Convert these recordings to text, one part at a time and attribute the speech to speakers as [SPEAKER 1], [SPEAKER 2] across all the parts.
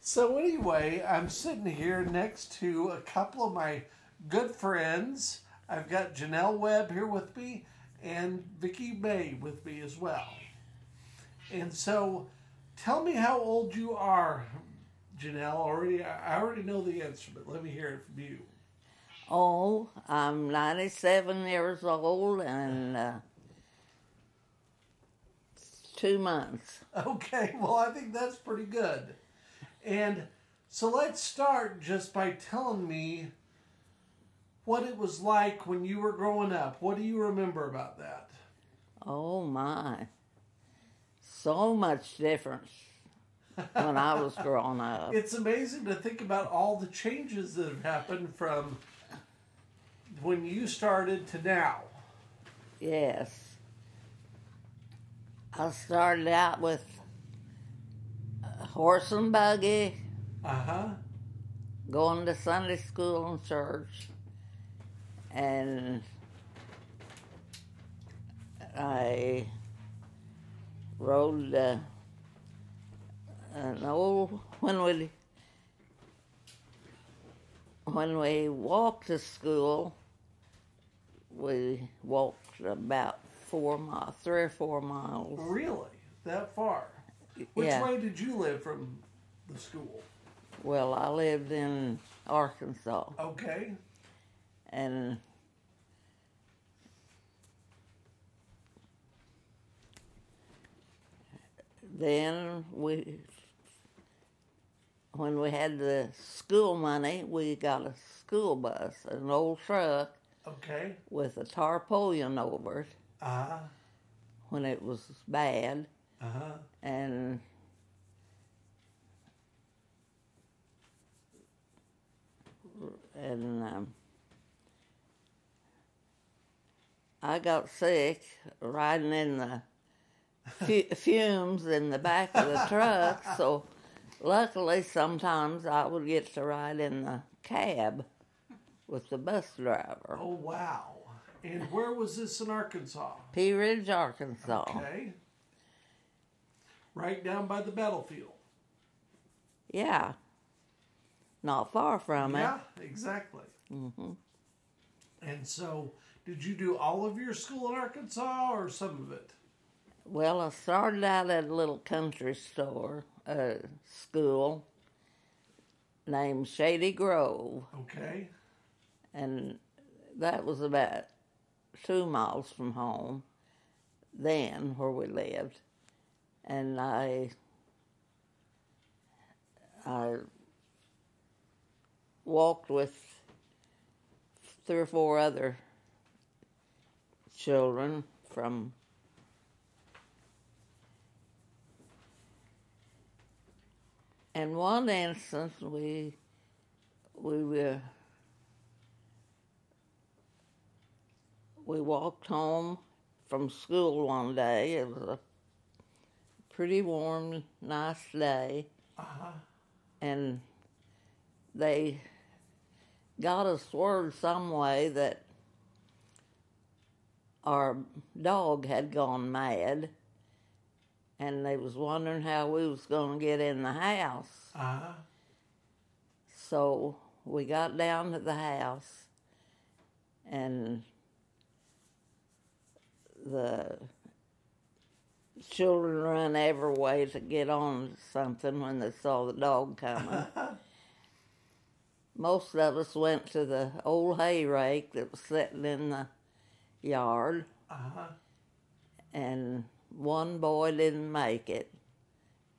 [SPEAKER 1] So anyway, I'm sitting here next to a couple of my good friends. I've got Janelle Webb here with me and Vicky May with me as well. And so tell me how old you are, Janelle. Already I already know the answer, but let me hear it from you.
[SPEAKER 2] Oh, I'm 97 years old and uh, two months.
[SPEAKER 1] Okay, well, I think that's pretty good. And so let's start just by telling me what it was like when you were growing up. What do you remember about that?
[SPEAKER 2] Oh my. So much difference when I was growing up.
[SPEAKER 1] It's amazing to think about all the changes that have happened from when you started to now.
[SPEAKER 2] Yes. I started out with a horse and buggy,
[SPEAKER 1] Uh huh.
[SPEAKER 2] going to Sunday school and church, and I rode uh, an old when we when we walked to school. We walked about four miles, three or four miles.
[SPEAKER 1] Really? That far? Which
[SPEAKER 2] Yeah.
[SPEAKER 1] way did you live from the school?
[SPEAKER 2] Well, I lived in Arkansas.
[SPEAKER 1] Okay.
[SPEAKER 2] and then we when we had the school money we got a school bus an old truck
[SPEAKER 1] Okay.
[SPEAKER 2] with a tarpaulin over it
[SPEAKER 1] Uh huh.
[SPEAKER 2] when it was bad
[SPEAKER 1] Uh huh.
[SPEAKER 2] and and um, I got sick riding in the fu- fumes in the back of the truck. So luckily, sometimes I would get to ride in the cab with the bus driver.
[SPEAKER 1] Oh, wow. And where was this in Arkansas?
[SPEAKER 2] Pea Ridge, Arkansas.
[SPEAKER 1] Okay. Right down by the battlefield.
[SPEAKER 2] Yeah, not far from it.
[SPEAKER 1] Yeah, exactly. Mm-hmm. And so, did you do all of your school in Arkansas or some of it?
[SPEAKER 2] Well, I started out at a little country store, uh, school named Shady Grove,
[SPEAKER 1] Okay.
[SPEAKER 2] and that was about two miles from home then where we lived. And I, I walked with three or four other children from In one instance, we we were we walked home from school one day. It was a pretty warm, nice day,
[SPEAKER 1] Uh huh.
[SPEAKER 2] and they got us word some way that our dog had gone mad, and they was wondering how we was going to get in the house.
[SPEAKER 1] Uh huh.
[SPEAKER 2] So we got down to the house, and the children run every way to get on something when they saw the dog coming. Most of us went to the old hay rake that was sitting in the yard,
[SPEAKER 1] Uh huh.
[SPEAKER 2] and one boy didn't make it.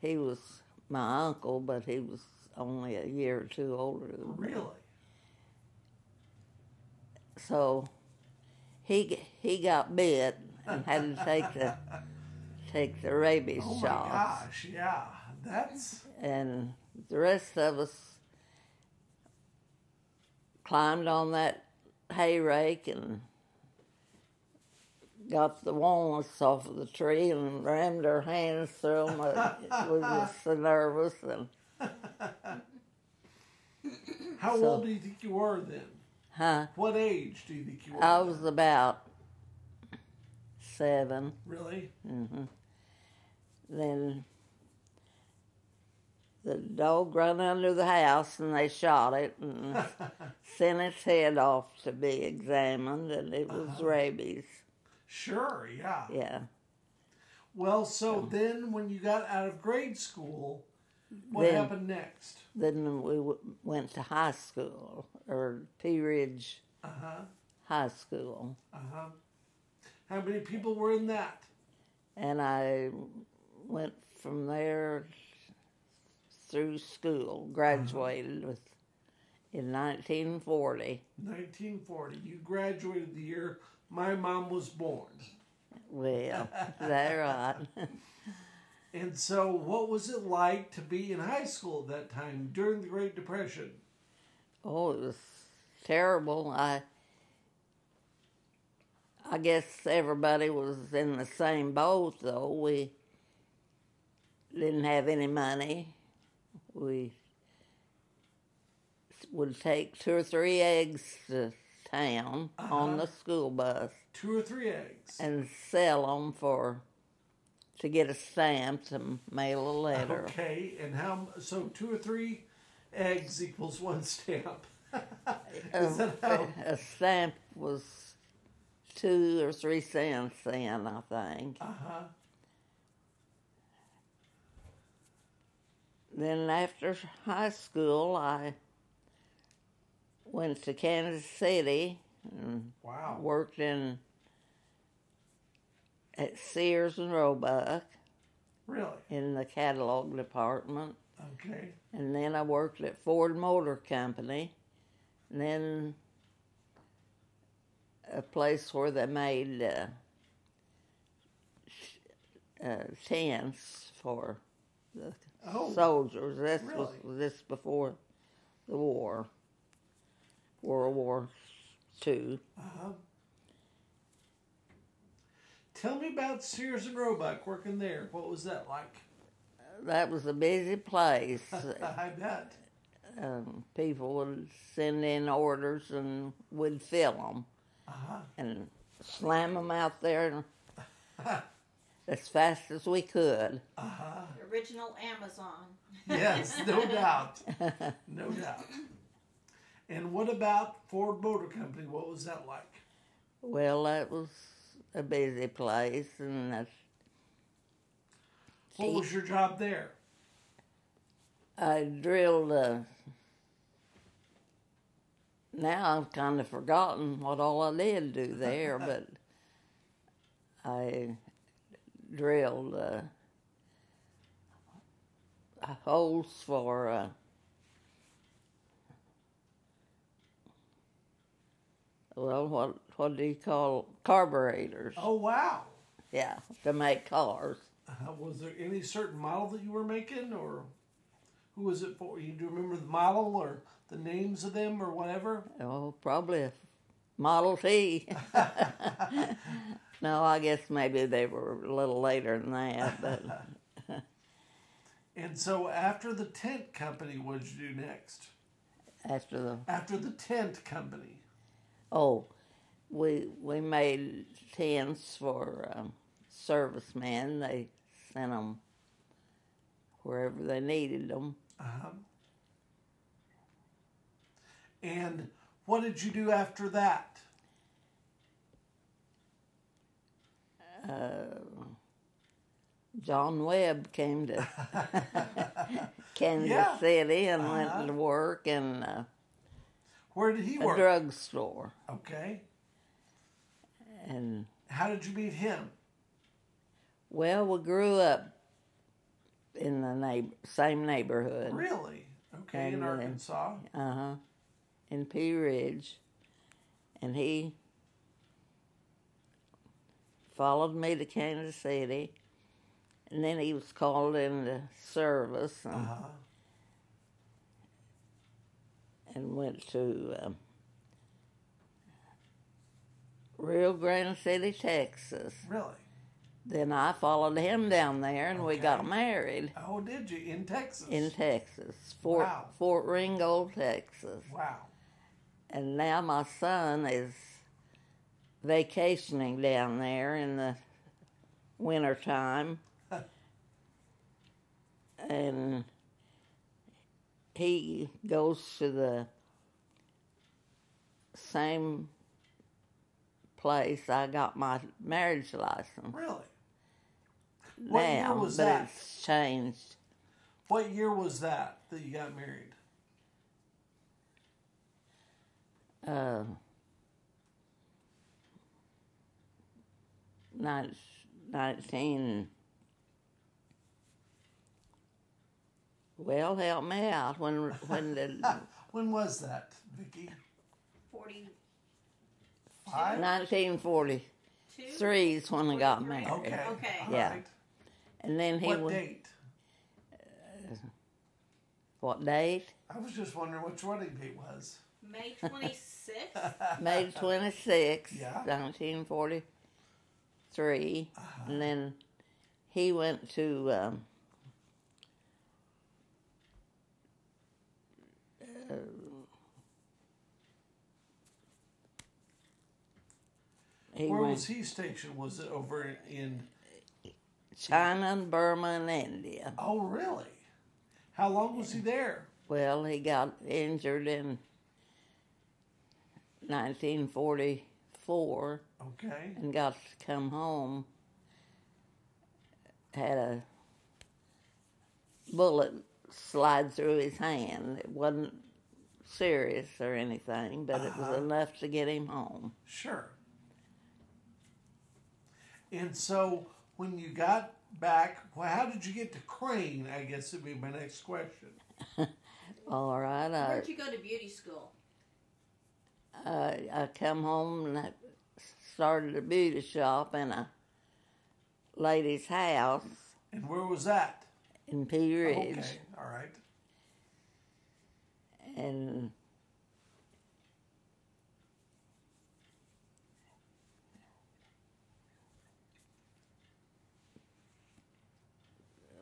[SPEAKER 2] He was my uncle, but he was only a year or two older than me.
[SPEAKER 1] Really?
[SPEAKER 2] so he g- he got bit and had to take the take the rabies
[SPEAKER 1] Oh my
[SPEAKER 2] shot,
[SPEAKER 1] gosh! Yeah, that's
[SPEAKER 2] and the rest of us climbed on that hay rake and got the walnuts off of the tree and rammed our hands through them. we was so nervous and
[SPEAKER 1] how
[SPEAKER 2] So-
[SPEAKER 1] old do you think you were then?
[SPEAKER 2] huh.
[SPEAKER 1] What age do you think you were?
[SPEAKER 2] I
[SPEAKER 1] then?
[SPEAKER 2] was about seven.
[SPEAKER 1] really.
[SPEAKER 2] then the dog run under the house and they shot it and sent its head off to be examined and it was rabies.
[SPEAKER 1] Sure, yeah.
[SPEAKER 2] Yeah.
[SPEAKER 1] Well, so then when you got out of grade school, what
[SPEAKER 2] Then-
[SPEAKER 1] happened next?
[SPEAKER 2] Then we w- went to high school or P Ridge
[SPEAKER 1] Uh huh.
[SPEAKER 2] High School.
[SPEAKER 1] Uh huh. How many people were in that?
[SPEAKER 2] And I went from there through school, graduated with in 1940.
[SPEAKER 1] 1940. You graduated the year my mom was born.
[SPEAKER 2] Well, they're right.
[SPEAKER 1] And so, what was it like to be in high school at that time during the Great Depression?
[SPEAKER 2] Oh, it was terrible. I I guess everybody was in the same boat though. We didn't have any money. We would take two or three eggs to town on the school bus
[SPEAKER 1] Two or three eggs.
[SPEAKER 2] and sell them for to get a stamp to mail a letter.
[SPEAKER 1] Okay, and how? So two or three eggs equals one stamp. Is that how?
[SPEAKER 2] a stamp was two or three cents then, I think.
[SPEAKER 1] Uh huh.
[SPEAKER 2] Then after high school, I went to Kansas City and
[SPEAKER 1] Wow.
[SPEAKER 2] worked in at Sears and Roebuck
[SPEAKER 1] Really?
[SPEAKER 2] in the catalog department.
[SPEAKER 1] Okay.
[SPEAKER 2] And then I worked at Ford Motor Company. And then a place where they made uh, sh- uh, tents for the
[SPEAKER 1] Oh.
[SPEAKER 2] soldiers. This was
[SPEAKER 1] really?
[SPEAKER 2] this before the war, World War Two.
[SPEAKER 1] Uh-huh. Tell me about Sears and Roebuck working there. What was that like?
[SPEAKER 2] That was a busy place.
[SPEAKER 1] I bet.
[SPEAKER 2] um, people would send in orders and we'd fill them.
[SPEAKER 1] Uh-huh.
[SPEAKER 2] and slam them out there as fast as we could.
[SPEAKER 1] Uh-huh.
[SPEAKER 3] Original Amazon.
[SPEAKER 1] Yes, no doubt. No doubt. And what about Ford Motor Company? What was that like?
[SPEAKER 2] Well, that was a busy place, and that's,
[SPEAKER 1] What was your job there?
[SPEAKER 2] I drilled. Uh, now I've kind of forgotten what all I did do there, but I drilled uh, holes for. Uh, Well, what what do you call carburetors?
[SPEAKER 1] Oh, wow.
[SPEAKER 2] Yeah, to make cars.
[SPEAKER 1] Uh, was there any certain model that you were making or who was it for? You do you remember the model or the names of them or whatever?
[SPEAKER 2] Oh, probably a Model T. no, I guess maybe they were a little later than that, but
[SPEAKER 1] And so after the tent company, what did you do next?
[SPEAKER 2] after the
[SPEAKER 1] After the tent company.
[SPEAKER 2] oh, we we made tents for um, servicemen. They sent them wherever they needed them.
[SPEAKER 1] Um, and what did you do after that?
[SPEAKER 2] John Webb came to Kansas
[SPEAKER 1] Yeah.
[SPEAKER 2] City and went to work in uh,
[SPEAKER 1] Where did he
[SPEAKER 2] a
[SPEAKER 1] work?
[SPEAKER 2] drugstore
[SPEAKER 1] Okay.
[SPEAKER 2] and.
[SPEAKER 1] How did you meet him?
[SPEAKER 2] Well, we grew up in the neighbor, same neighborhood.
[SPEAKER 1] Really? Okay, in
[SPEAKER 2] And, uh,
[SPEAKER 1] Arkansas.
[SPEAKER 2] Uh huh. In Pea Ridge. And he followed me to Kansas City. And then he was called into service and,
[SPEAKER 1] Uh-huh.
[SPEAKER 2] and went to um, Rio Grande City, Texas.
[SPEAKER 1] Really?
[SPEAKER 2] Then I followed him down there and we
[SPEAKER 1] Okay.
[SPEAKER 2] got married.
[SPEAKER 1] Oh, did you? In Texas?
[SPEAKER 2] in Texas, Fort
[SPEAKER 1] Wow.
[SPEAKER 2] Fort Ringgold, Texas.
[SPEAKER 1] Wow.
[SPEAKER 2] And now my son is vacationing down there in the winter time. and he goes to the same place I got my marriage license
[SPEAKER 1] Really? What year
[SPEAKER 2] now,
[SPEAKER 1] was
[SPEAKER 2] but
[SPEAKER 1] that?
[SPEAKER 2] it's changed.
[SPEAKER 1] What year was that that you got married?
[SPEAKER 2] Uh, nine- 19. Well, help me out. When when did
[SPEAKER 1] When was that, Vicki?
[SPEAKER 3] 42?
[SPEAKER 1] Five?
[SPEAKER 2] 1943 is when I got
[SPEAKER 3] 43.
[SPEAKER 2] married,
[SPEAKER 1] Okay.
[SPEAKER 3] Okay.
[SPEAKER 1] all
[SPEAKER 2] Yeah.
[SPEAKER 1] right.
[SPEAKER 2] and then he
[SPEAKER 1] What
[SPEAKER 2] was
[SPEAKER 1] date?
[SPEAKER 2] what date?
[SPEAKER 1] I was just wondering which wedding date was.
[SPEAKER 3] May 26th?
[SPEAKER 2] May 26,
[SPEAKER 1] Yeah. Uh-huh.
[SPEAKER 2] 1943. And then he went to um, uh, he
[SPEAKER 1] Where
[SPEAKER 2] went
[SPEAKER 1] was he stationed? Was it over in?
[SPEAKER 2] China and Burma and India.
[SPEAKER 1] Oh, really? How long was he there?
[SPEAKER 2] Well, he got injured in 1944.
[SPEAKER 1] Okay.
[SPEAKER 2] and got to come home, had a bullet slide through his hand. It wasn't serious or anything, but it was enough to get him home.
[SPEAKER 1] Sure. And so when you got back, well, how did you get to Crane? I guess would be my next question.
[SPEAKER 2] All right, I,
[SPEAKER 3] Where'd you go to beauty school?
[SPEAKER 2] I, I come home and I started a beauty shop in a lady's house
[SPEAKER 1] And where was that?
[SPEAKER 2] in Pea Ridge.
[SPEAKER 1] Okay. All right.
[SPEAKER 2] and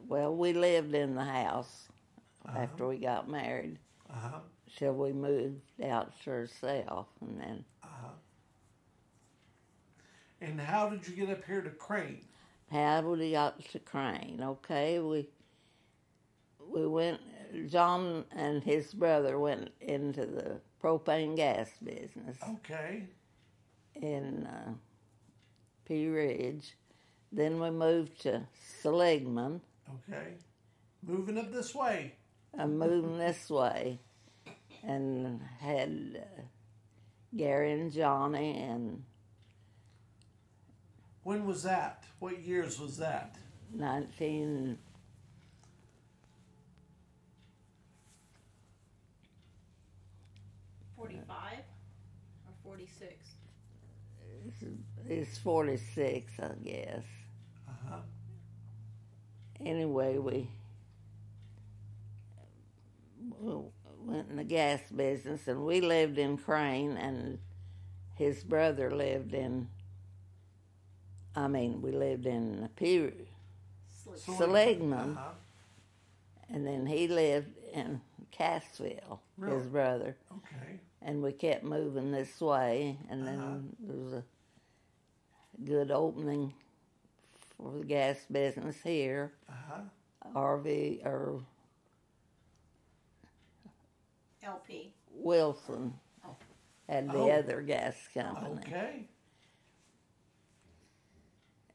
[SPEAKER 2] well, we lived in the house after we got married
[SPEAKER 1] Uh huh.
[SPEAKER 2] till we moved out to herself, and then
[SPEAKER 1] And how did you get up here to Crane?
[SPEAKER 2] how we got to Crane. Okay, we we went. John and his brother went into the propane gas business.
[SPEAKER 1] Okay.
[SPEAKER 2] in uh, Pea Ridge. Then we moved to Seligman.
[SPEAKER 1] Okay. Moving up this way.
[SPEAKER 2] I'm moving this way and had uh, Gary and Johnny in
[SPEAKER 1] When was that? What years was that?
[SPEAKER 2] 19.
[SPEAKER 3] Forty-five or forty-six?
[SPEAKER 2] It's 46, I guess.
[SPEAKER 1] Uh huh.
[SPEAKER 2] Anyway, we we went in the gas business and we lived in Crane and his brother lived in, I mean, we lived in Pea,
[SPEAKER 3] Slick.
[SPEAKER 2] Seligman.
[SPEAKER 1] Uh-huh.
[SPEAKER 2] And then he lived in Cassville, his
[SPEAKER 1] Really?
[SPEAKER 2] brother.
[SPEAKER 1] Okay.
[SPEAKER 2] And we kept moving this way. And then
[SPEAKER 1] Uh-huh.
[SPEAKER 2] there was a good opening for the gas business here.
[SPEAKER 1] Uh huh.
[SPEAKER 2] RV or
[SPEAKER 3] LP.
[SPEAKER 2] Wilson had the
[SPEAKER 1] Oh.
[SPEAKER 2] other gas company.
[SPEAKER 1] Okay.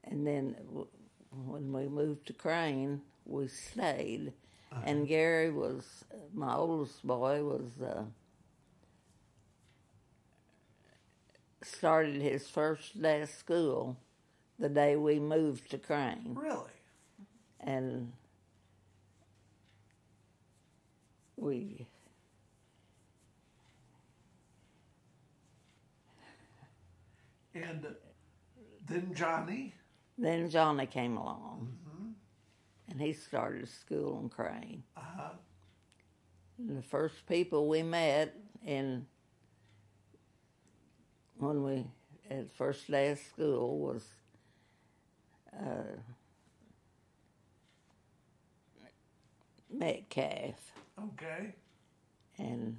[SPEAKER 2] And then w- when we moved to Crane, we stayed. And Gary was, my oldest boy, was, uh, started his first day of school the day we moved to Crane.
[SPEAKER 1] Really?
[SPEAKER 2] And we,
[SPEAKER 1] And then Johnny.
[SPEAKER 2] then Johnny came along. And he started school in Crane.
[SPEAKER 1] Uh huh.
[SPEAKER 2] The first people we met in when we at first day of school was uh, Metcalf,
[SPEAKER 1] Okay.
[SPEAKER 2] and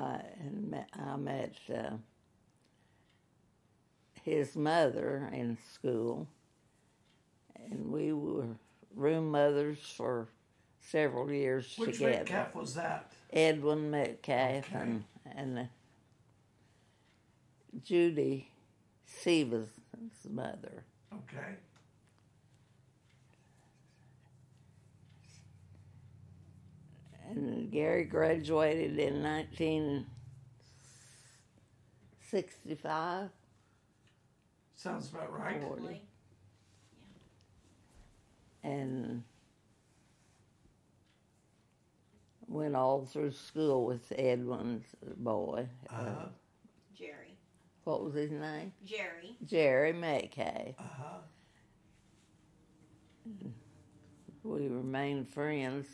[SPEAKER 2] I and met, I met uh, his mother in school, and we were room mothers for several years
[SPEAKER 1] Which
[SPEAKER 2] together.
[SPEAKER 1] Metcalf was that?
[SPEAKER 2] Edwin Metcalf
[SPEAKER 1] Okay.
[SPEAKER 2] and and uh, Judy Seaver's mother.
[SPEAKER 1] Okay.
[SPEAKER 2] And Gary graduated in 1965.
[SPEAKER 1] Sounds about right.
[SPEAKER 2] Forty.
[SPEAKER 3] Lee.
[SPEAKER 2] and went all through school with Edwin's boy. Uh,
[SPEAKER 1] Uh-huh.
[SPEAKER 3] Jerry.
[SPEAKER 2] what was his name?
[SPEAKER 3] Jerry.
[SPEAKER 2] Jerry Metcalf.
[SPEAKER 1] Uh-huh.
[SPEAKER 2] We remained friends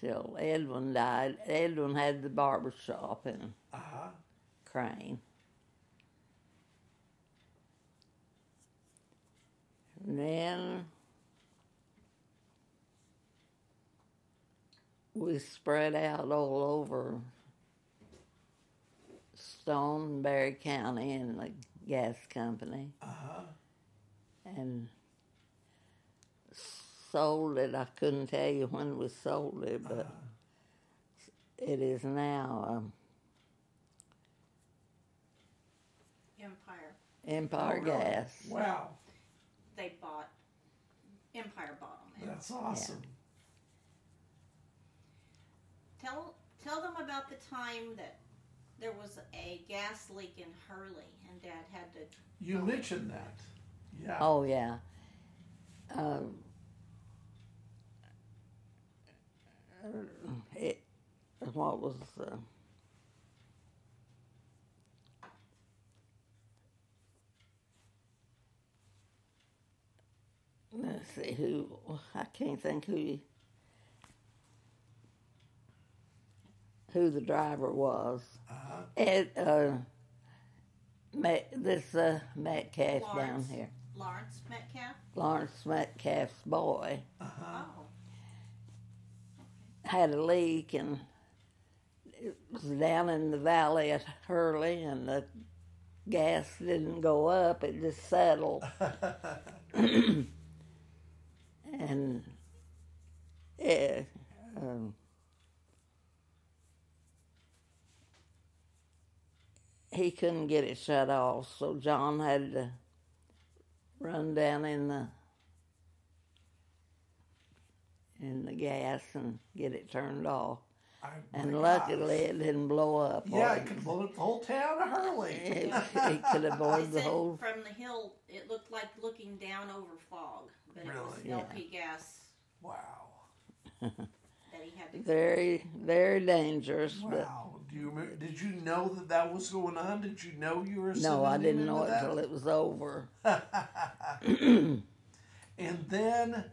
[SPEAKER 2] till Edwin died. Edwin had the barber shop in
[SPEAKER 1] Uh-huh.
[SPEAKER 2] Crane. And then we spread out all over Stoneberry County and the gas company
[SPEAKER 1] Uh-huh.
[SPEAKER 2] and sold it. I couldn't tell you when we sold it, but
[SPEAKER 1] Uh-huh.
[SPEAKER 2] it is now um,
[SPEAKER 3] Empire.
[SPEAKER 2] Empire
[SPEAKER 1] Oh, really?
[SPEAKER 2] Gas.
[SPEAKER 1] Wow.
[SPEAKER 3] They bought. Empire bought 'em then.
[SPEAKER 1] That's awesome.
[SPEAKER 3] Tell tell them about the time that there was a gas leak in Hurley and Dad had to.
[SPEAKER 1] You mentioned that. Yeah.
[SPEAKER 2] Oh yeah. Um, it, what was uh, let's see who I can't think who who the driver was.
[SPEAKER 1] Uh-huh.
[SPEAKER 2] Ed, uh, Matt, this uh, Metcalf down
[SPEAKER 3] Lawrence.
[SPEAKER 2] here.
[SPEAKER 3] Lawrence Metcalf.
[SPEAKER 2] Lawrence Metcalf's boy
[SPEAKER 1] Uh-huh.
[SPEAKER 3] Oh,
[SPEAKER 2] had a leak and it was down in the valley at Hurley and the gas didn't go up, it just settled. and it, um, he couldn't get it shut off, so John had to run down in the in the gas and get it turned off.
[SPEAKER 1] I,
[SPEAKER 2] And
[SPEAKER 1] my
[SPEAKER 2] luckily,
[SPEAKER 1] gosh.
[SPEAKER 2] it didn't blow up. or
[SPEAKER 1] Yeah,
[SPEAKER 2] it,
[SPEAKER 1] it could blow up the whole town of Hurley.
[SPEAKER 2] it, it could have blown
[SPEAKER 3] Oh. They
[SPEAKER 2] the
[SPEAKER 3] said
[SPEAKER 2] whole.
[SPEAKER 3] from the hill, it looked like looking down over fog, but it was
[SPEAKER 1] Really?
[SPEAKER 2] Yeah.
[SPEAKER 3] LP gas
[SPEAKER 1] Wow.
[SPEAKER 3] that he had to.
[SPEAKER 2] Very, very dangerous.
[SPEAKER 1] Wow. Do you remember, did you know that that was going on? Did you know you were
[SPEAKER 2] But no, I
[SPEAKER 1] sending him
[SPEAKER 2] didn't know
[SPEAKER 1] into
[SPEAKER 2] it
[SPEAKER 1] that?
[SPEAKER 2] till it was over.
[SPEAKER 1] And then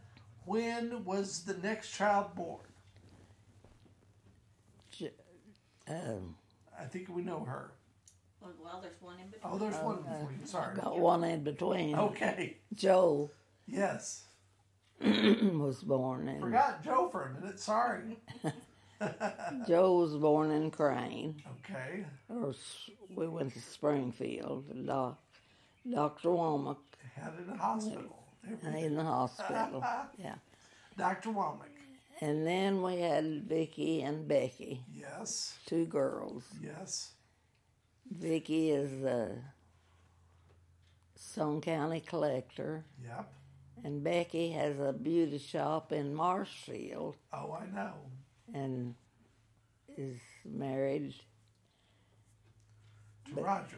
[SPEAKER 1] when was the next child born?
[SPEAKER 2] J- Um,
[SPEAKER 1] I think we know her.
[SPEAKER 3] Well, there's one in between.
[SPEAKER 1] Oh, there's one for you. Sorry.
[SPEAKER 2] got one in between.
[SPEAKER 1] Okay.
[SPEAKER 2] Joe
[SPEAKER 1] Yes.
[SPEAKER 2] was born in.
[SPEAKER 1] Forgot Joe for a minute. Sorry.
[SPEAKER 2] Joe was born in Crane.
[SPEAKER 1] Okay.
[SPEAKER 2] Or s- we went to Springfield. and Doc, Doctor Womack
[SPEAKER 1] Had it in the hospital. There we-
[SPEAKER 2] in the hospital. Yeah,
[SPEAKER 1] Dr. Womack.
[SPEAKER 2] and then we had Vicky and Becky,
[SPEAKER 1] Yes.
[SPEAKER 2] two girls.
[SPEAKER 1] Yes.
[SPEAKER 2] Vicki is a Stone County collector,
[SPEAKER 1] Yep.
[SPEAKER 2] and Becky has a beauty shop in Marshfield
[SPEAKER 1] Oh, I know.
[SPEAKER 2] and is married.
[SPEAKER 1] To Roger.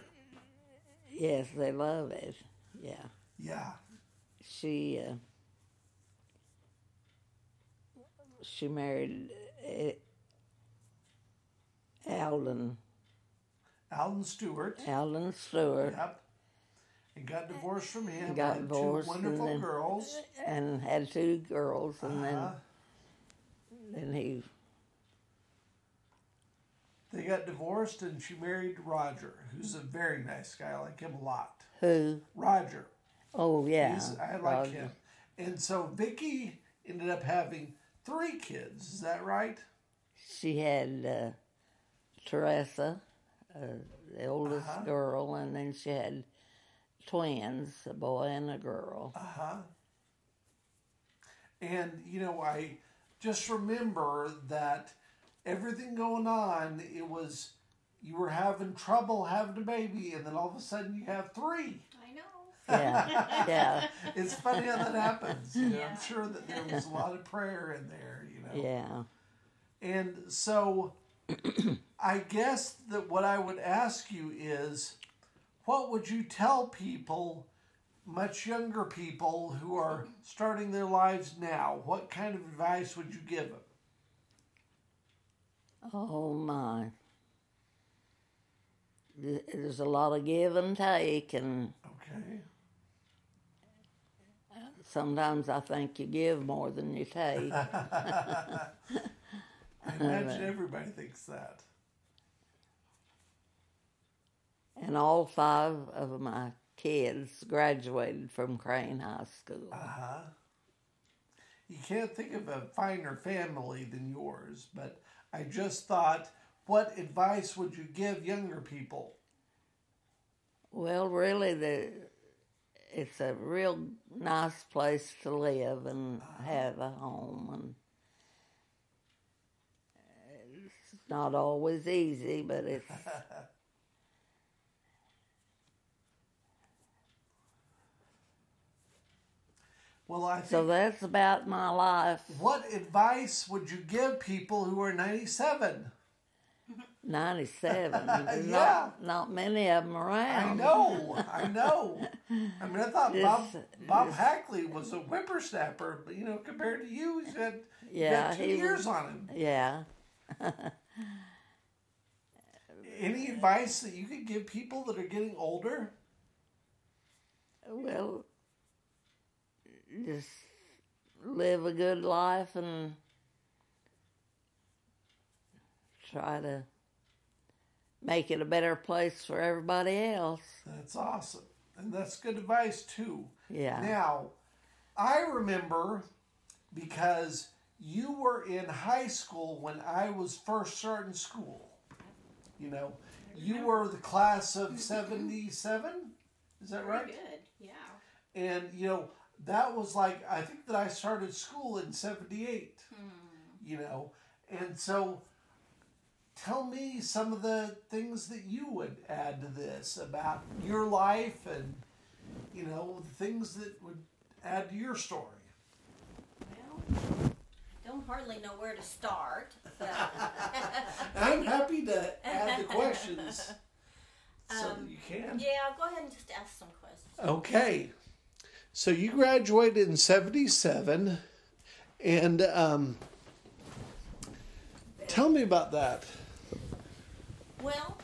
[SPEAKER 2] Yes, they love it. Yeah.
[SPEAKER 1] Yeah.
[SPEAKER 2] She uh, she married uh, Alden
[SPEAKER 1] Alden Stewart.
[SPEAKER 2] Alden Stewart
[SPEAKER 1] Yep. And got divorced from him.
[SPEAKER 2] Got
[SPEAKER 1] had
[SPEAKER 2] divorced
[SPEAKER 1] Two
[SPEAKER 2] and
[SPEAKER 1] wonderful
[SPEAKER 2] then-
[SPEAKER 1] girls.
[SPEAKER 2] and had two girls and then
[SPEAKER 1] Uh,
[SPEAKER 2] then he
[SPEAKER 1] they got divorced and she married Roger, who's a very nice guy. I like him a lot.
[SPEAKER 2] who
[SPEAKER 1] Roger.
[SPEAKER 2] oh yeah
[SPEAKER 1] He's- I like
[SPEAKER 2] Roger.
[SPEAKER 1] him. And so Vicky ended up having three kids. Is that right?
[SPEAKER 2] She had uh, Teresa, uh, the oldest
[SPEAKER 1] Uh-huh.
[SPEAKER 2] girl, and then she had twins, a boy and a girl.
[SPEAKER 1] Uh huh. And, you know, I just remember that everything going on, it was you were having trouble having a baby, and then all of a sudden you have three.
[SPEAKER 3] I know.
[SPEAKER 2] Yeah, yeah,
[SPEAKER 1] It's funny how that happens. You know,
[SPEAKER 3] Yeah.
[SPEAKER 1] I'm sure that there was a lot of prayer in there, you know.
[SPEAKER 2] yeah.
[SPEAKER 1] And so I guess that what I would ask you is what would you tell people, much younger people who are starting their lives now? What kind of advice would you give them?
[SPEAKER 2] Oh my. Th- There's a lot of give and take, and
[SPEAKER 1] Okay.
[SPEAKER 2] sometimes I think you give more than you take.
[SPEAKER 1] I imagine everybody thinks that.
[SPEAKER 2] and all five of my kids graduated from Crane High School.
[SPEAKER 1] Uh huh. You can't think of a finer family than yours, but I just thought, what advice would you give younger people?
[SPEAKER 2] Well, really, the it's a real nice place to live and have a home, and it's not always easy, but it's
[SPEAKER 1] Well, I think
[SPEAKER 2] so that's about my life.
[SPEAKER 1] What advice would you give people who are 97?
[SPEAKER 2] Ninety-seven. There's
[SPEAKER 1] Yeah.
[SPEAKER 2] not not many of them around.
[SPEAKER 1] I know, I know. I mean, I thought Bob,
[SPEAKER 2] It's-
[SPEAKER 1] Bob Hackley was a whippersnapper, but you know, compared to you, he's had, he's had
[SPEAKER 2] Yeah,
[SPEAKER 1] two
[SPEAKER 2] he was-
[SPEAKER 1] years on him.
[SPEAKER 2] Yeah.
[SPEAKER 1] Any advice that you could give people that are getting older?
[SPEAKER 2] Well, just live a good life and try to make it a better place for everybody else.
[SPEAKER 1] That's awesome. And that's good advice, too.
[SPEAKER 2] Yeah.
[SPEAKER 1] Now, I remember because you were in high school when I was first starting school. You know, you were the class of 77? Is that
[SPEAKER 3] Very
[SPEAKER 1] right?
[SPEAKER 3] Good. Yeah.
[SPEAKER 1] And, you know, that was like, I think that I started school in 78, you know. And so tell me some of the things that you would add to this about your life and, you know, the things that would add to your story.
[SPEAKER 3] Well, I don't hardly know where to start. but-
[SPEAKER 1] I'm happy to add the questions so that
[SPEAKER 3] Um,
[SPEAKER 1] you can.
[SPEAKER 3] yeah, go ahead and just ask some questions.
[SPEAKER 1] Okay. So you graduated in 77 and um tell me about that.
[SPEAKER 3] Well,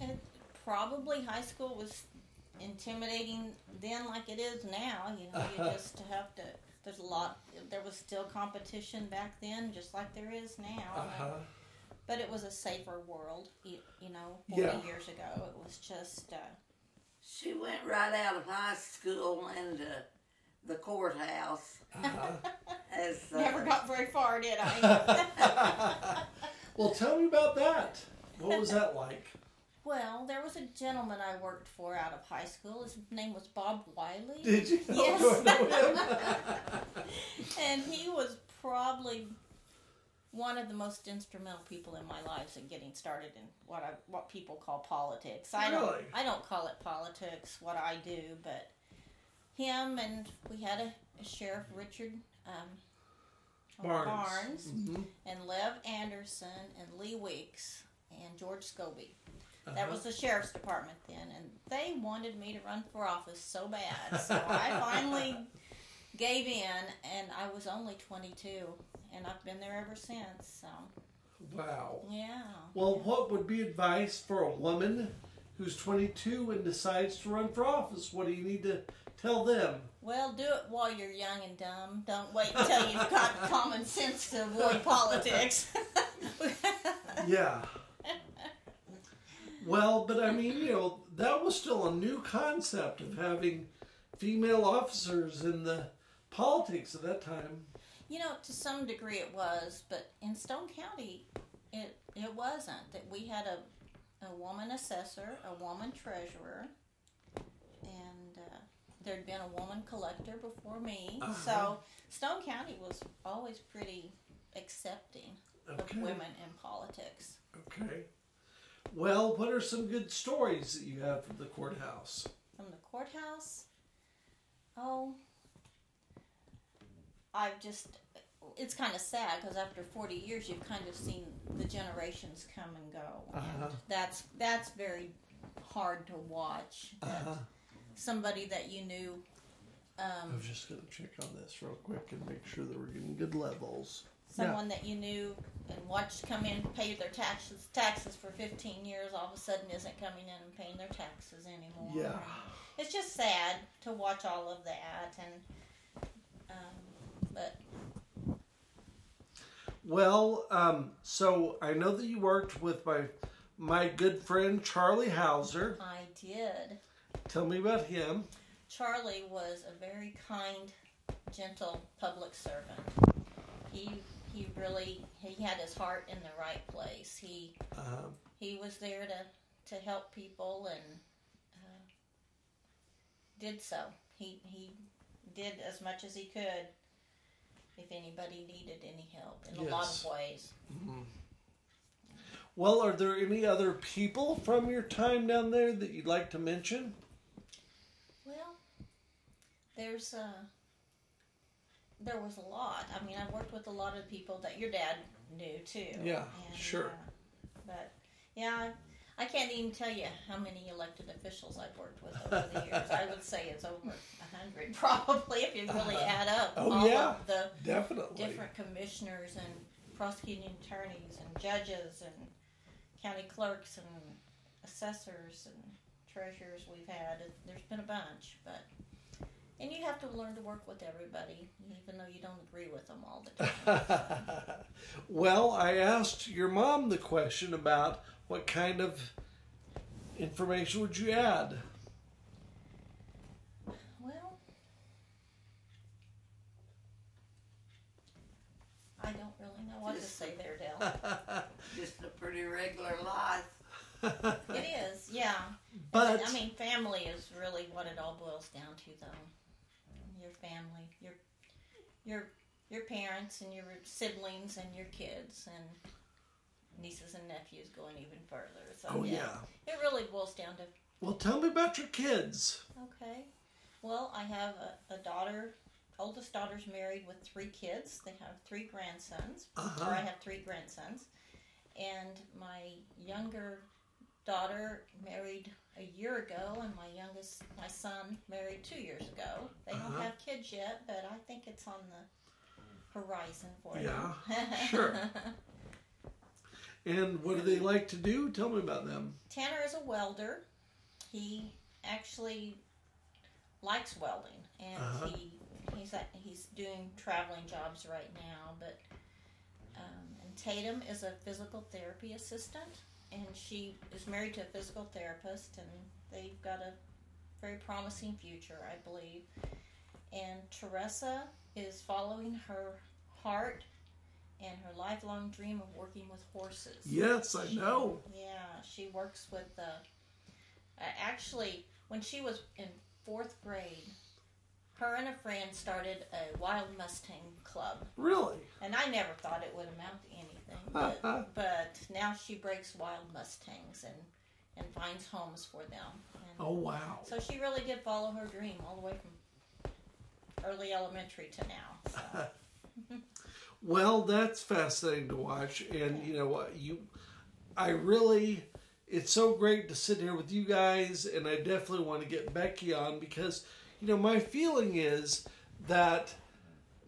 [SPEAKER 3] it, probably high school was intimidating then, like it is now. You know, you just have to. There's a lot. There was still competition back then, just like there is now.
[SPEAKER 1] Uh-huh.
[SPEAKER 3] But it was a safer world. You, you know, forty
[SPEAKER 1] Yeah.
[SPEAKER 3] years ago, it was just. Uh,
[SPEAKER 2] She went right out of high school into the courthouse. As, uh,
[SPEAKER 3] Never got very far, did I?
[SPEAKER 1] Well, tell me about that. What was that like?
[SPEAKER 3] well, there was a gentleman I worked for out of high school. His name was Bob Wiley.
[SPEAKER 1] Did you
[SPEAKER 3] Yes.
[SPEAKER 1] Do I know him?
[SPEAKER 3] and he was probably one of the most instrumental people in my life in getting started in what I what people call politics. I don't
[SPEAKER 1] Really?
[SPEAKER 3] I don't call it politics what I do, but him and we had a, a sheriff Richard um,
[SPEAKER 1] Barnes.
[SPEAKER 3] Mm-hmm.
[SPEAKER 1] Mhm.
[SPEAKER 3] and Lev Anderson and Lee Weeks and George Scobie. That
[SPEAKER 1] Uh-huh.
[SPEAKER 3] was the sheriff's department then, and they wanted me to run for office so bad. So I finally gave in, and I was only 22, and I've been there ever since. So
[SPEAKER 1] Wow.
[SPEAKER 3] yeah,
[SPEAKER 1] Well, what would be advice for a woman who's 22 and decides to run for office? What do you need to tell them?
[SPEAKER 3] well, do it while you're young and dumb. Don't wait until you've got common sense to avoid politics.
[SPEAKER 1] Yeah. Well, but I mean, you know, that was still a new concept of having female officers in the politics at that time.
[SPEAKER 3] You know, to some degree it was, but in Stone County, it it wasn't. That we had a a woman assessor, a woman treasurer, and uh, there'd been a woman collector before me, so Stone County was always pretty accepting
[SPEAKER 1] Okay.
[SPEAKER 3] of women in politics.
[SPEAKER 1] Okay. Well, what are some good stories that you have from the courthouse?
[SPEAKER 3] From the courthouse, oh, I've just. It's kind of sad because after 40 years, you've kind of seen the generations come and go.
[SPEAKER 1] Uh-huh.
[SPEAKER 3] That's that's very hard to watch.
[SPEAKER 1] Uh-huh.
[SPEAKER 3] Somebody that you knew um,
[SPEAKER 1] I was just going to check on this real quick and make sure that we're getting good levels.
[SPEAKER 3] someone that you knew and watched come in pay their taxes taxes for 15 years all of a sudden isn't coming in and paying their taxes anymore
[SPEAKER 1] Yeah.
[SPEAKER 3] it's just sad to watch all of that and um, but
[SPEAKER 1] Well, um, so I know that you worked with my my good friend Charlie Hauser.
[SPEAKER 3] i did
[SPEAKER 1] Tell me about him.
[SPEAKER 3] charlie was a very kind gentle public servant he he really he had his heart in the right place he
[SPEAKER 1] Um,
[SPEAKER 3] he was there to to help people and uh, did so. He he did as much as he could if anybody needed any help in a lot
[SPEAKER 1] Yes.
[SPEAKER 3] of ways.
[SPEAKER 1] well, are there any other people from your time down there that you'd like to mention?
[SPEAKER 3] Well, there's uh there was a lot. I mean, I worked with a lot of people that your dad knew too.
[SPEAKER 1] Yeah, sure.
[SPEAKER 3] uh, but yeah, I can't even tell you how many elected officials I've worked with over the years. I would say it's over a hundred probably if you really add up
[SPEAKER 1] Oh,
[SPEAKER 3] all
[SPEAKER 1] yeah.
[SPEAKER 3] of the
[SPEAKER 1] Definitely.
[SPEAKER 3] different commissioners and prosecuting attorneys and judges and county clerks and assessors and treasurers we've had. It- There's been a bunch, but and you have to learn to work with everybody, even though you don't agree with them all the time.
[SPEAKER 1] well, I asked your mom the question about what kind of information would you add?
[SPEAKER 3] well, I don't really know what to say there, Dell.
[SPEAKER 2] Just a pretty regular life.
[SPEAKER 1] but
[SPEAKER 3] It is, yeah. I mean, family is really what it all boils down to, though. Your family, your your your parents and your siblings and your kids and nieces and nephews going even further. So
[SPEAKER 1] oh yeah.
[SPEAKER 3] it really boils down to
[SPEAKER 1] Well, tell me about your kids.
[SPEAKER 3] okay. Well, I have a, a daughter. Oldest daughter's married with three kids. They have three grandsons.
[SPEAKER 1] Uh-huh.
[SPEAKER 3] Or I have three grandsons, and my younger daughter married a year ago, and my youngest, my son, married two years ago. They
[SPEAKER 1] Uh-huh.
[SPEAKER 3] don't have kids yet, but I think it's on the horizon for them.
[SPEAKER 1] Yeah, sure. And what do they like to do? Tell me about them.
[SPEAKER 3] Tanner is a welder. He actually likes welding, and
[SPEAKER 1] Uh-huh.
[SPEAKER 3] he he's at, he's doing traveling jobs right now. But um, and Tatum is a physical therapy assistant, and she is married to a physical therapist, and they've got a very promising future, I believe. And Teresa is following her heart and her lifelong dream of working with horses.
[SPEAKER 1] Yes, I know.
[SPEAKER 3] Yeah, she works with the. Uh, actually, when she was in fourth grade, her and a friend started a wild mustang club,
[SPEAKER 1] Really?
[SPEAKER 3] and I never thought it would amount to anything. But, but now she breaks wild mustangs and and finds homes for them. And
[SPEAKER 1] Oh wow.
[SPEAKER 3] So she really did follow her dream all the way from early elementary to now. So.
[SPEAKER 1] Well, that's fascinating to watch, and you know what you, I really, it's so great to sit here with you guys, and I definitely want to get Becky on because, you know, my feeling is that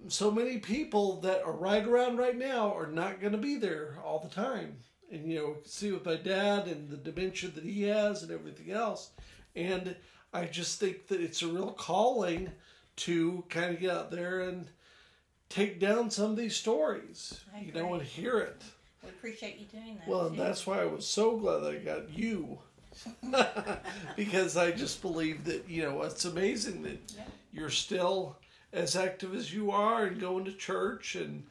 [SPEAKER 1] so many people that are right around right now are not going to be there all the time, and you know, see with my dad and the dementia that he has and everything else, and I just think that it's a real calling to kind of get out there and take down some of these stories,
[SPEAKER 3] I
[SPEAKER 1] you know,
[SPEAKER 3] agree.
[SPEAKER 1] and hear it.
[SPEAKER 3] we appreciate you doing that.
[SPEAKER 1] Well,
[SPEAKER 3] too.
[SPEAKER 1] and that's why I was so glad that I got you. because I just believe that, you know, it's amazing that
[SPEAKER 3] Yeah.
[SPEAKER 1] you're still as active as you are and going to church and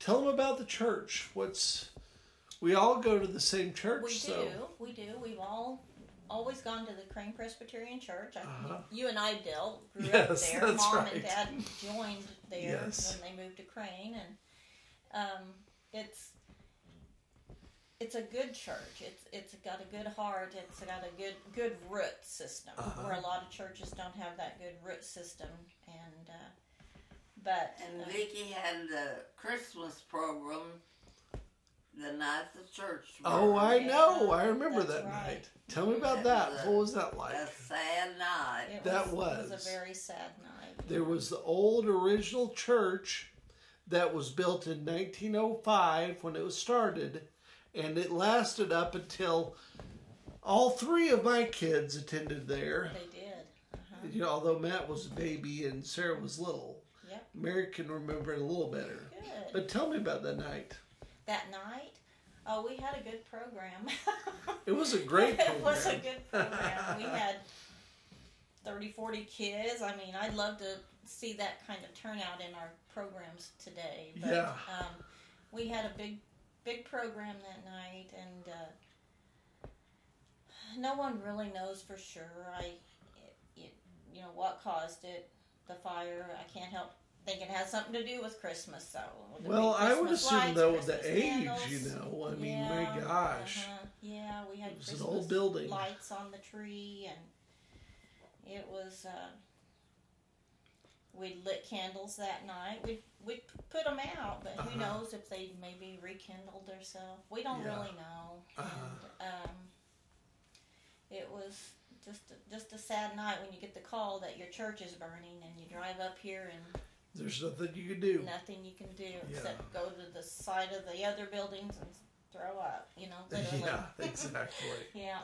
[SPEAKER 1] tell them about the church. What's we all go to the same church,
[SPEAKER 3] We
[SPEAKER 1] so
[SPEAKER 3] do. We do. We've all always gone to the Crane Presbyterian Church. I,
[SPEAKER 1] Uh-huh.
[SPEAKER 3] You and I, Bill, grew up
[SPEAKER 1] Yes,
[SPEAKER 3] there.
[SPEAKER 1] that's
[SPEAKER 3] Mom
[SPEAKER 1] right.
[SPEAKER 3] and Dad joined there
[SPEAKER 1] Yes.
[SPEAKER 3] when they moved to Crane, and um, it's it's a good church. It's it's got a good heart. It's got a good good root system
[SPEAKER 1] Uh-huh.
[SPEAKER 3] where a lot of churches don't have that good root system, and uh, but
[SPEAKER 4] And
[SPEAKER 3] uh,
[SPEAKER 4] Vicky had the Christmas program the night the church.
[SPEAKER 1] Oh,
[SPEAKER 4] burned.
[SPEAKER 1] I know. I remember that
[SPEAKER 3] That's right.
[SPEAKER 1] night. Tell me about that. What was that like?
[SPEAKER 4] A sad night.
[SPEAKER 3] it
[SPEAKER 1] that
[SPEAKER 3] it
[SPEAKER 1] was.
[SPEAKER 3] was a very sad night.
[SPEAKER 1] There was the old original church that was built in 1905 when it was started, and it lasted up until all three of my kids attended there.
[SPEAKER 3] They did. Uh-huh.
[SPEAKER 1] You know, although Matt was a baby and Sarah was little,
[SPEAKER 3] Yep.
[SPEAKER 1] Mary can remember it a little better.
[SPEAKER 3] Good.
[SPEAKER 1] But tell me about that night.
[SPEAKER 3] that night. Oh, we had a good program.
[SPEAKER 1] It was a great program.
[SPEAKER 3] it was a good program. We had 30, 40 kids. I mean, I'd love to see that kind of turnout in our programs today. But
[SPEAKER 1] Yeah.
[SPEAKER 3] um, we had a big, big program that night, and uh, no one really knows for sure. I, it, it, you know, what caused it, the fire. I can't help. Think it has something to do with Christmas, so the
[SPEAKER 1] well,
[SPEAKER 3] big
[SPEAKER 1] I would
[SPEAKER 3] Christmas
[SPEAKER 1] assume
[SPEAKER 3] lights,
[SPEAKER 1] though
[SPEAKER 3] Christmas
[SPEAKER 1] the age,
[SPEAKER 3] candles.
[SPEAKER 1] you know. I mean,
[SPEAKER 3] Yeah,
[SPEAKER 1] my gosh,
[SPEAKER 3] uh-huh. Yeah, we had
[SPEAKER 1] It was an
[SPEAKER 3] Christmas
[SPEAKER 1] old building.
[SPEAKER 3] lights on the tree, and it was. Uh, we lit candles that night. We we put them out, but
[SPEAKER 1] Uh-huh.
[SPEAKER 3] who knows if they maybe rekindled themselves? We don't
[SPEAKER 1] Yeah.
[SPEAKER 3] really know.
[SPEAKER 1] Uh-huh.
[SPEAKER 3] And, um, it was just a, just a sad night when you get the call that your church is burning, and you drive up here and
[SPEAKER 1] there's nothing you can do.
[SPEAKER 3] nothing you can do except go to the side of the other buildings and throw up, you know, literally.
[SPEAKER 1] yeah, exactly.
[SPEAKER 3] Yeah,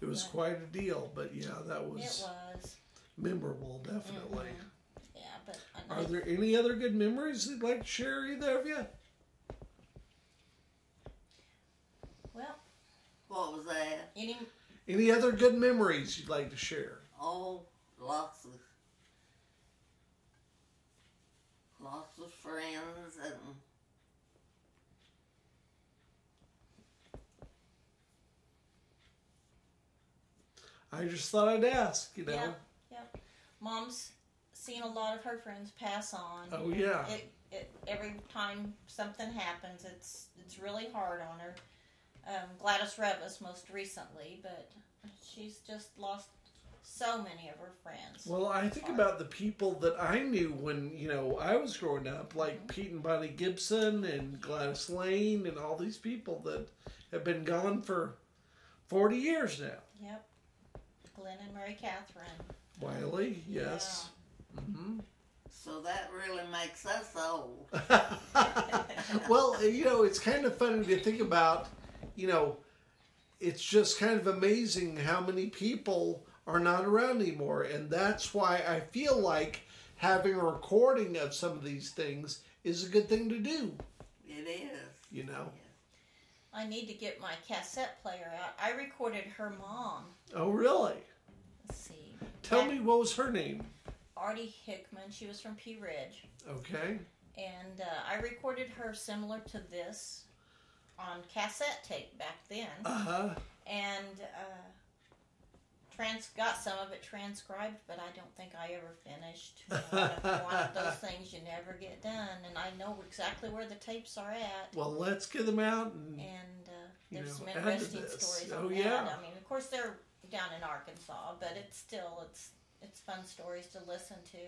[SPEAKER 1] It was
[SPEAKER 3] But-
[SPEAKER 1] quite a deal, but yeah, that
[SPEAKER 3] it
[SPEAKER 1] was,
[SPEAKER 3] was.
[SPEAKER 1] memorable, definitely.
[SPEAKER 3] Mhm. Yeah, but I
[SPEAKER 1] Are
[SPEAKER 3] know-
[SPEAKER 1] there any other good memories you'd like to share, either of you?
[SPEAKER 3] well,
[SPEAKER 4] What was that?
[SPEAKER 3] any
[SPEAKER 1] Any other good memories you'd like to share?
[SPEAKER 4] Oh, lots of lots of friends and
[SPEAKER 1] I just thought I'd ask, you know.
[SPEAKER 3] yeah, yeah. Mom's seen a lot of her friends pass on.
[SPEAKER 1] Oh, yeah.
[SPEAKER 3] It, it every time something happens, it's it's really hard on her. Um, Gladys Revis most recently, but she's just lost so many of her friends.
[SPEAKER 1] Well, I think about the people that I knew when, you know, I was growing up,
[SPEAKER 3] Mm-hmm.
[SPEAKER 1] like Pete and Bonnie Gibson and Gladys Lane and all these people that have been gone for 40 years now.
[SPEAKER 3] Yep. Glenn and Mary Catherine.
[SPEAKER 1] Wiley, yes. hmm
[SPEAKER 4] so that really makes us old.
[SPEAKER 1] well, uh, you know, it's kind of funny to think about, you know, it's just kind of amazing how many people are not around anymore. And that's why I feel like having a recording of some of these things is a good thing to do,
[SPEAKER 4] It is.
[SPEAKER 1] you know.
[SPEAKER 3] I need to get my cassette player out. I recorded her mom.
[SPEAKER 1] Oh, really?
[SPEAKER 3] Let's see.
[SPEAKER 1] Tell me what was her name?
[SPEAKER 3] Artie Hickman. She was from Pea Ridge.
[SPEAKER 1] Okay.
[SPEAKER 3] And uh, I recorded her similar to this on cassette tape back then.
[SPEAKER 1] Uh huh.
[SPEAKER 3] And uh, trans got some of it transcribed, but I don't think I ever finished. One of- one of those things you never get done. And I know exactly where the tapes are at.
[SPEAKER 1] Well, let's get them out and
[SPEAKER 3] and uh,
[SPEAKER 1] Mm. You
[SPEAKER 3] there's
[SPEAKER 1] know,
[SPEAKER 3] some
[SPEAKER 1] add to
[SPEAKER 3] interesting
[SPEAKER 1] this.
[SPEAKER 3] stories
[SPEAKER 1] Oh,
[SPEAKER 3] on
[SPEAKER 1] yeah.
[SPEAKER 3] that. I mean, of course, they're down in Arkansas, but it's still it's it's fun stories to listen to.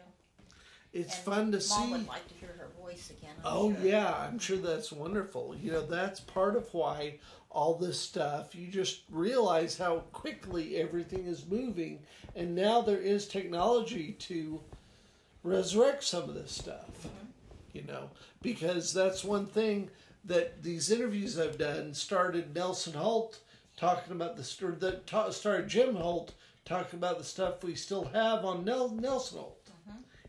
[SPEAKER 1] it's
[SPEAKER 3] And
[SPEAKER 1] fun to
[SPEAKER 3] Mom
[SPEAKER 1] see.
[SPEAKER 3] would like to hear her voice again. I'm
[SPEAKER 1] Oh
[SPEAKER 3] sure.
[SPEAKER 1] yeah, I'm sure that's wonderful. You know, that's part of why all this stuff, you just realize how quickly everything is moving and now there is technology to resurrect some of this stuff. You know, because that's one thing that these interviews I've done started Nelson Holt talking about the story that ta- started Jim Holt talking about the stuff we still have on Nel- Nelson Holt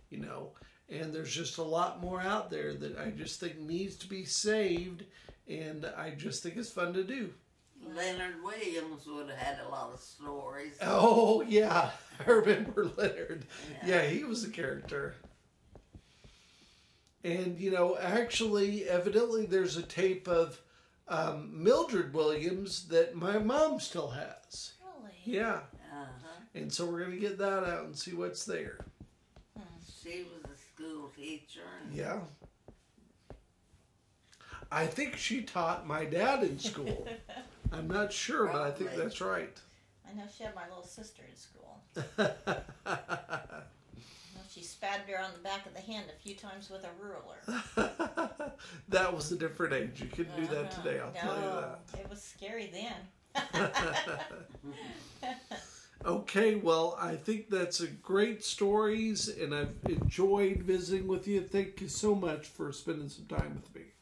[SPEAKER 1] you know and there's just a lot more out there that i just think needs to be saved and i just think it's fun to do
[SPEAKER 4] Leonard Williams would have had a lot of stories.
[SPEAKER 1] oh yeah i remember leonard yeah, he was a character and you know actually evidently there's a tape of um, mildred williams that my mom still has
[SPEAKER 3] Really?
[SPEAKER 1] Yeah.
[SPEAKER 4] Uh-huh.
[SPEAKER 1] And so we're going to get that out and see what's there.
[SPEAKER 4] She was a school teacher. And
[SPEAKER 1] Yeah. I think she taught my dad in school. I'm not sure, but I think
[SPEAKER 4] Probably.
[SPEAKER 1] that's right.
[SPEAKER 3] I know she had my little sister in school. I know she spatted her on the back of the hand a few times with a ruler.
[SPEAKER 1] that was a different age. You couldn't do that
[SPEAKER 3] Uh-huh.
[SPEAKER 1] today, I'll
[SPEAKER 3] no,
[SPEAKER 1] tell you that.
[SPEAKER 3] It was scary then.
[SPEAKER 1] Okay, well, I think that's a great stories, and I've enjoyed visiting with you. Thank you so much for spending some time with me.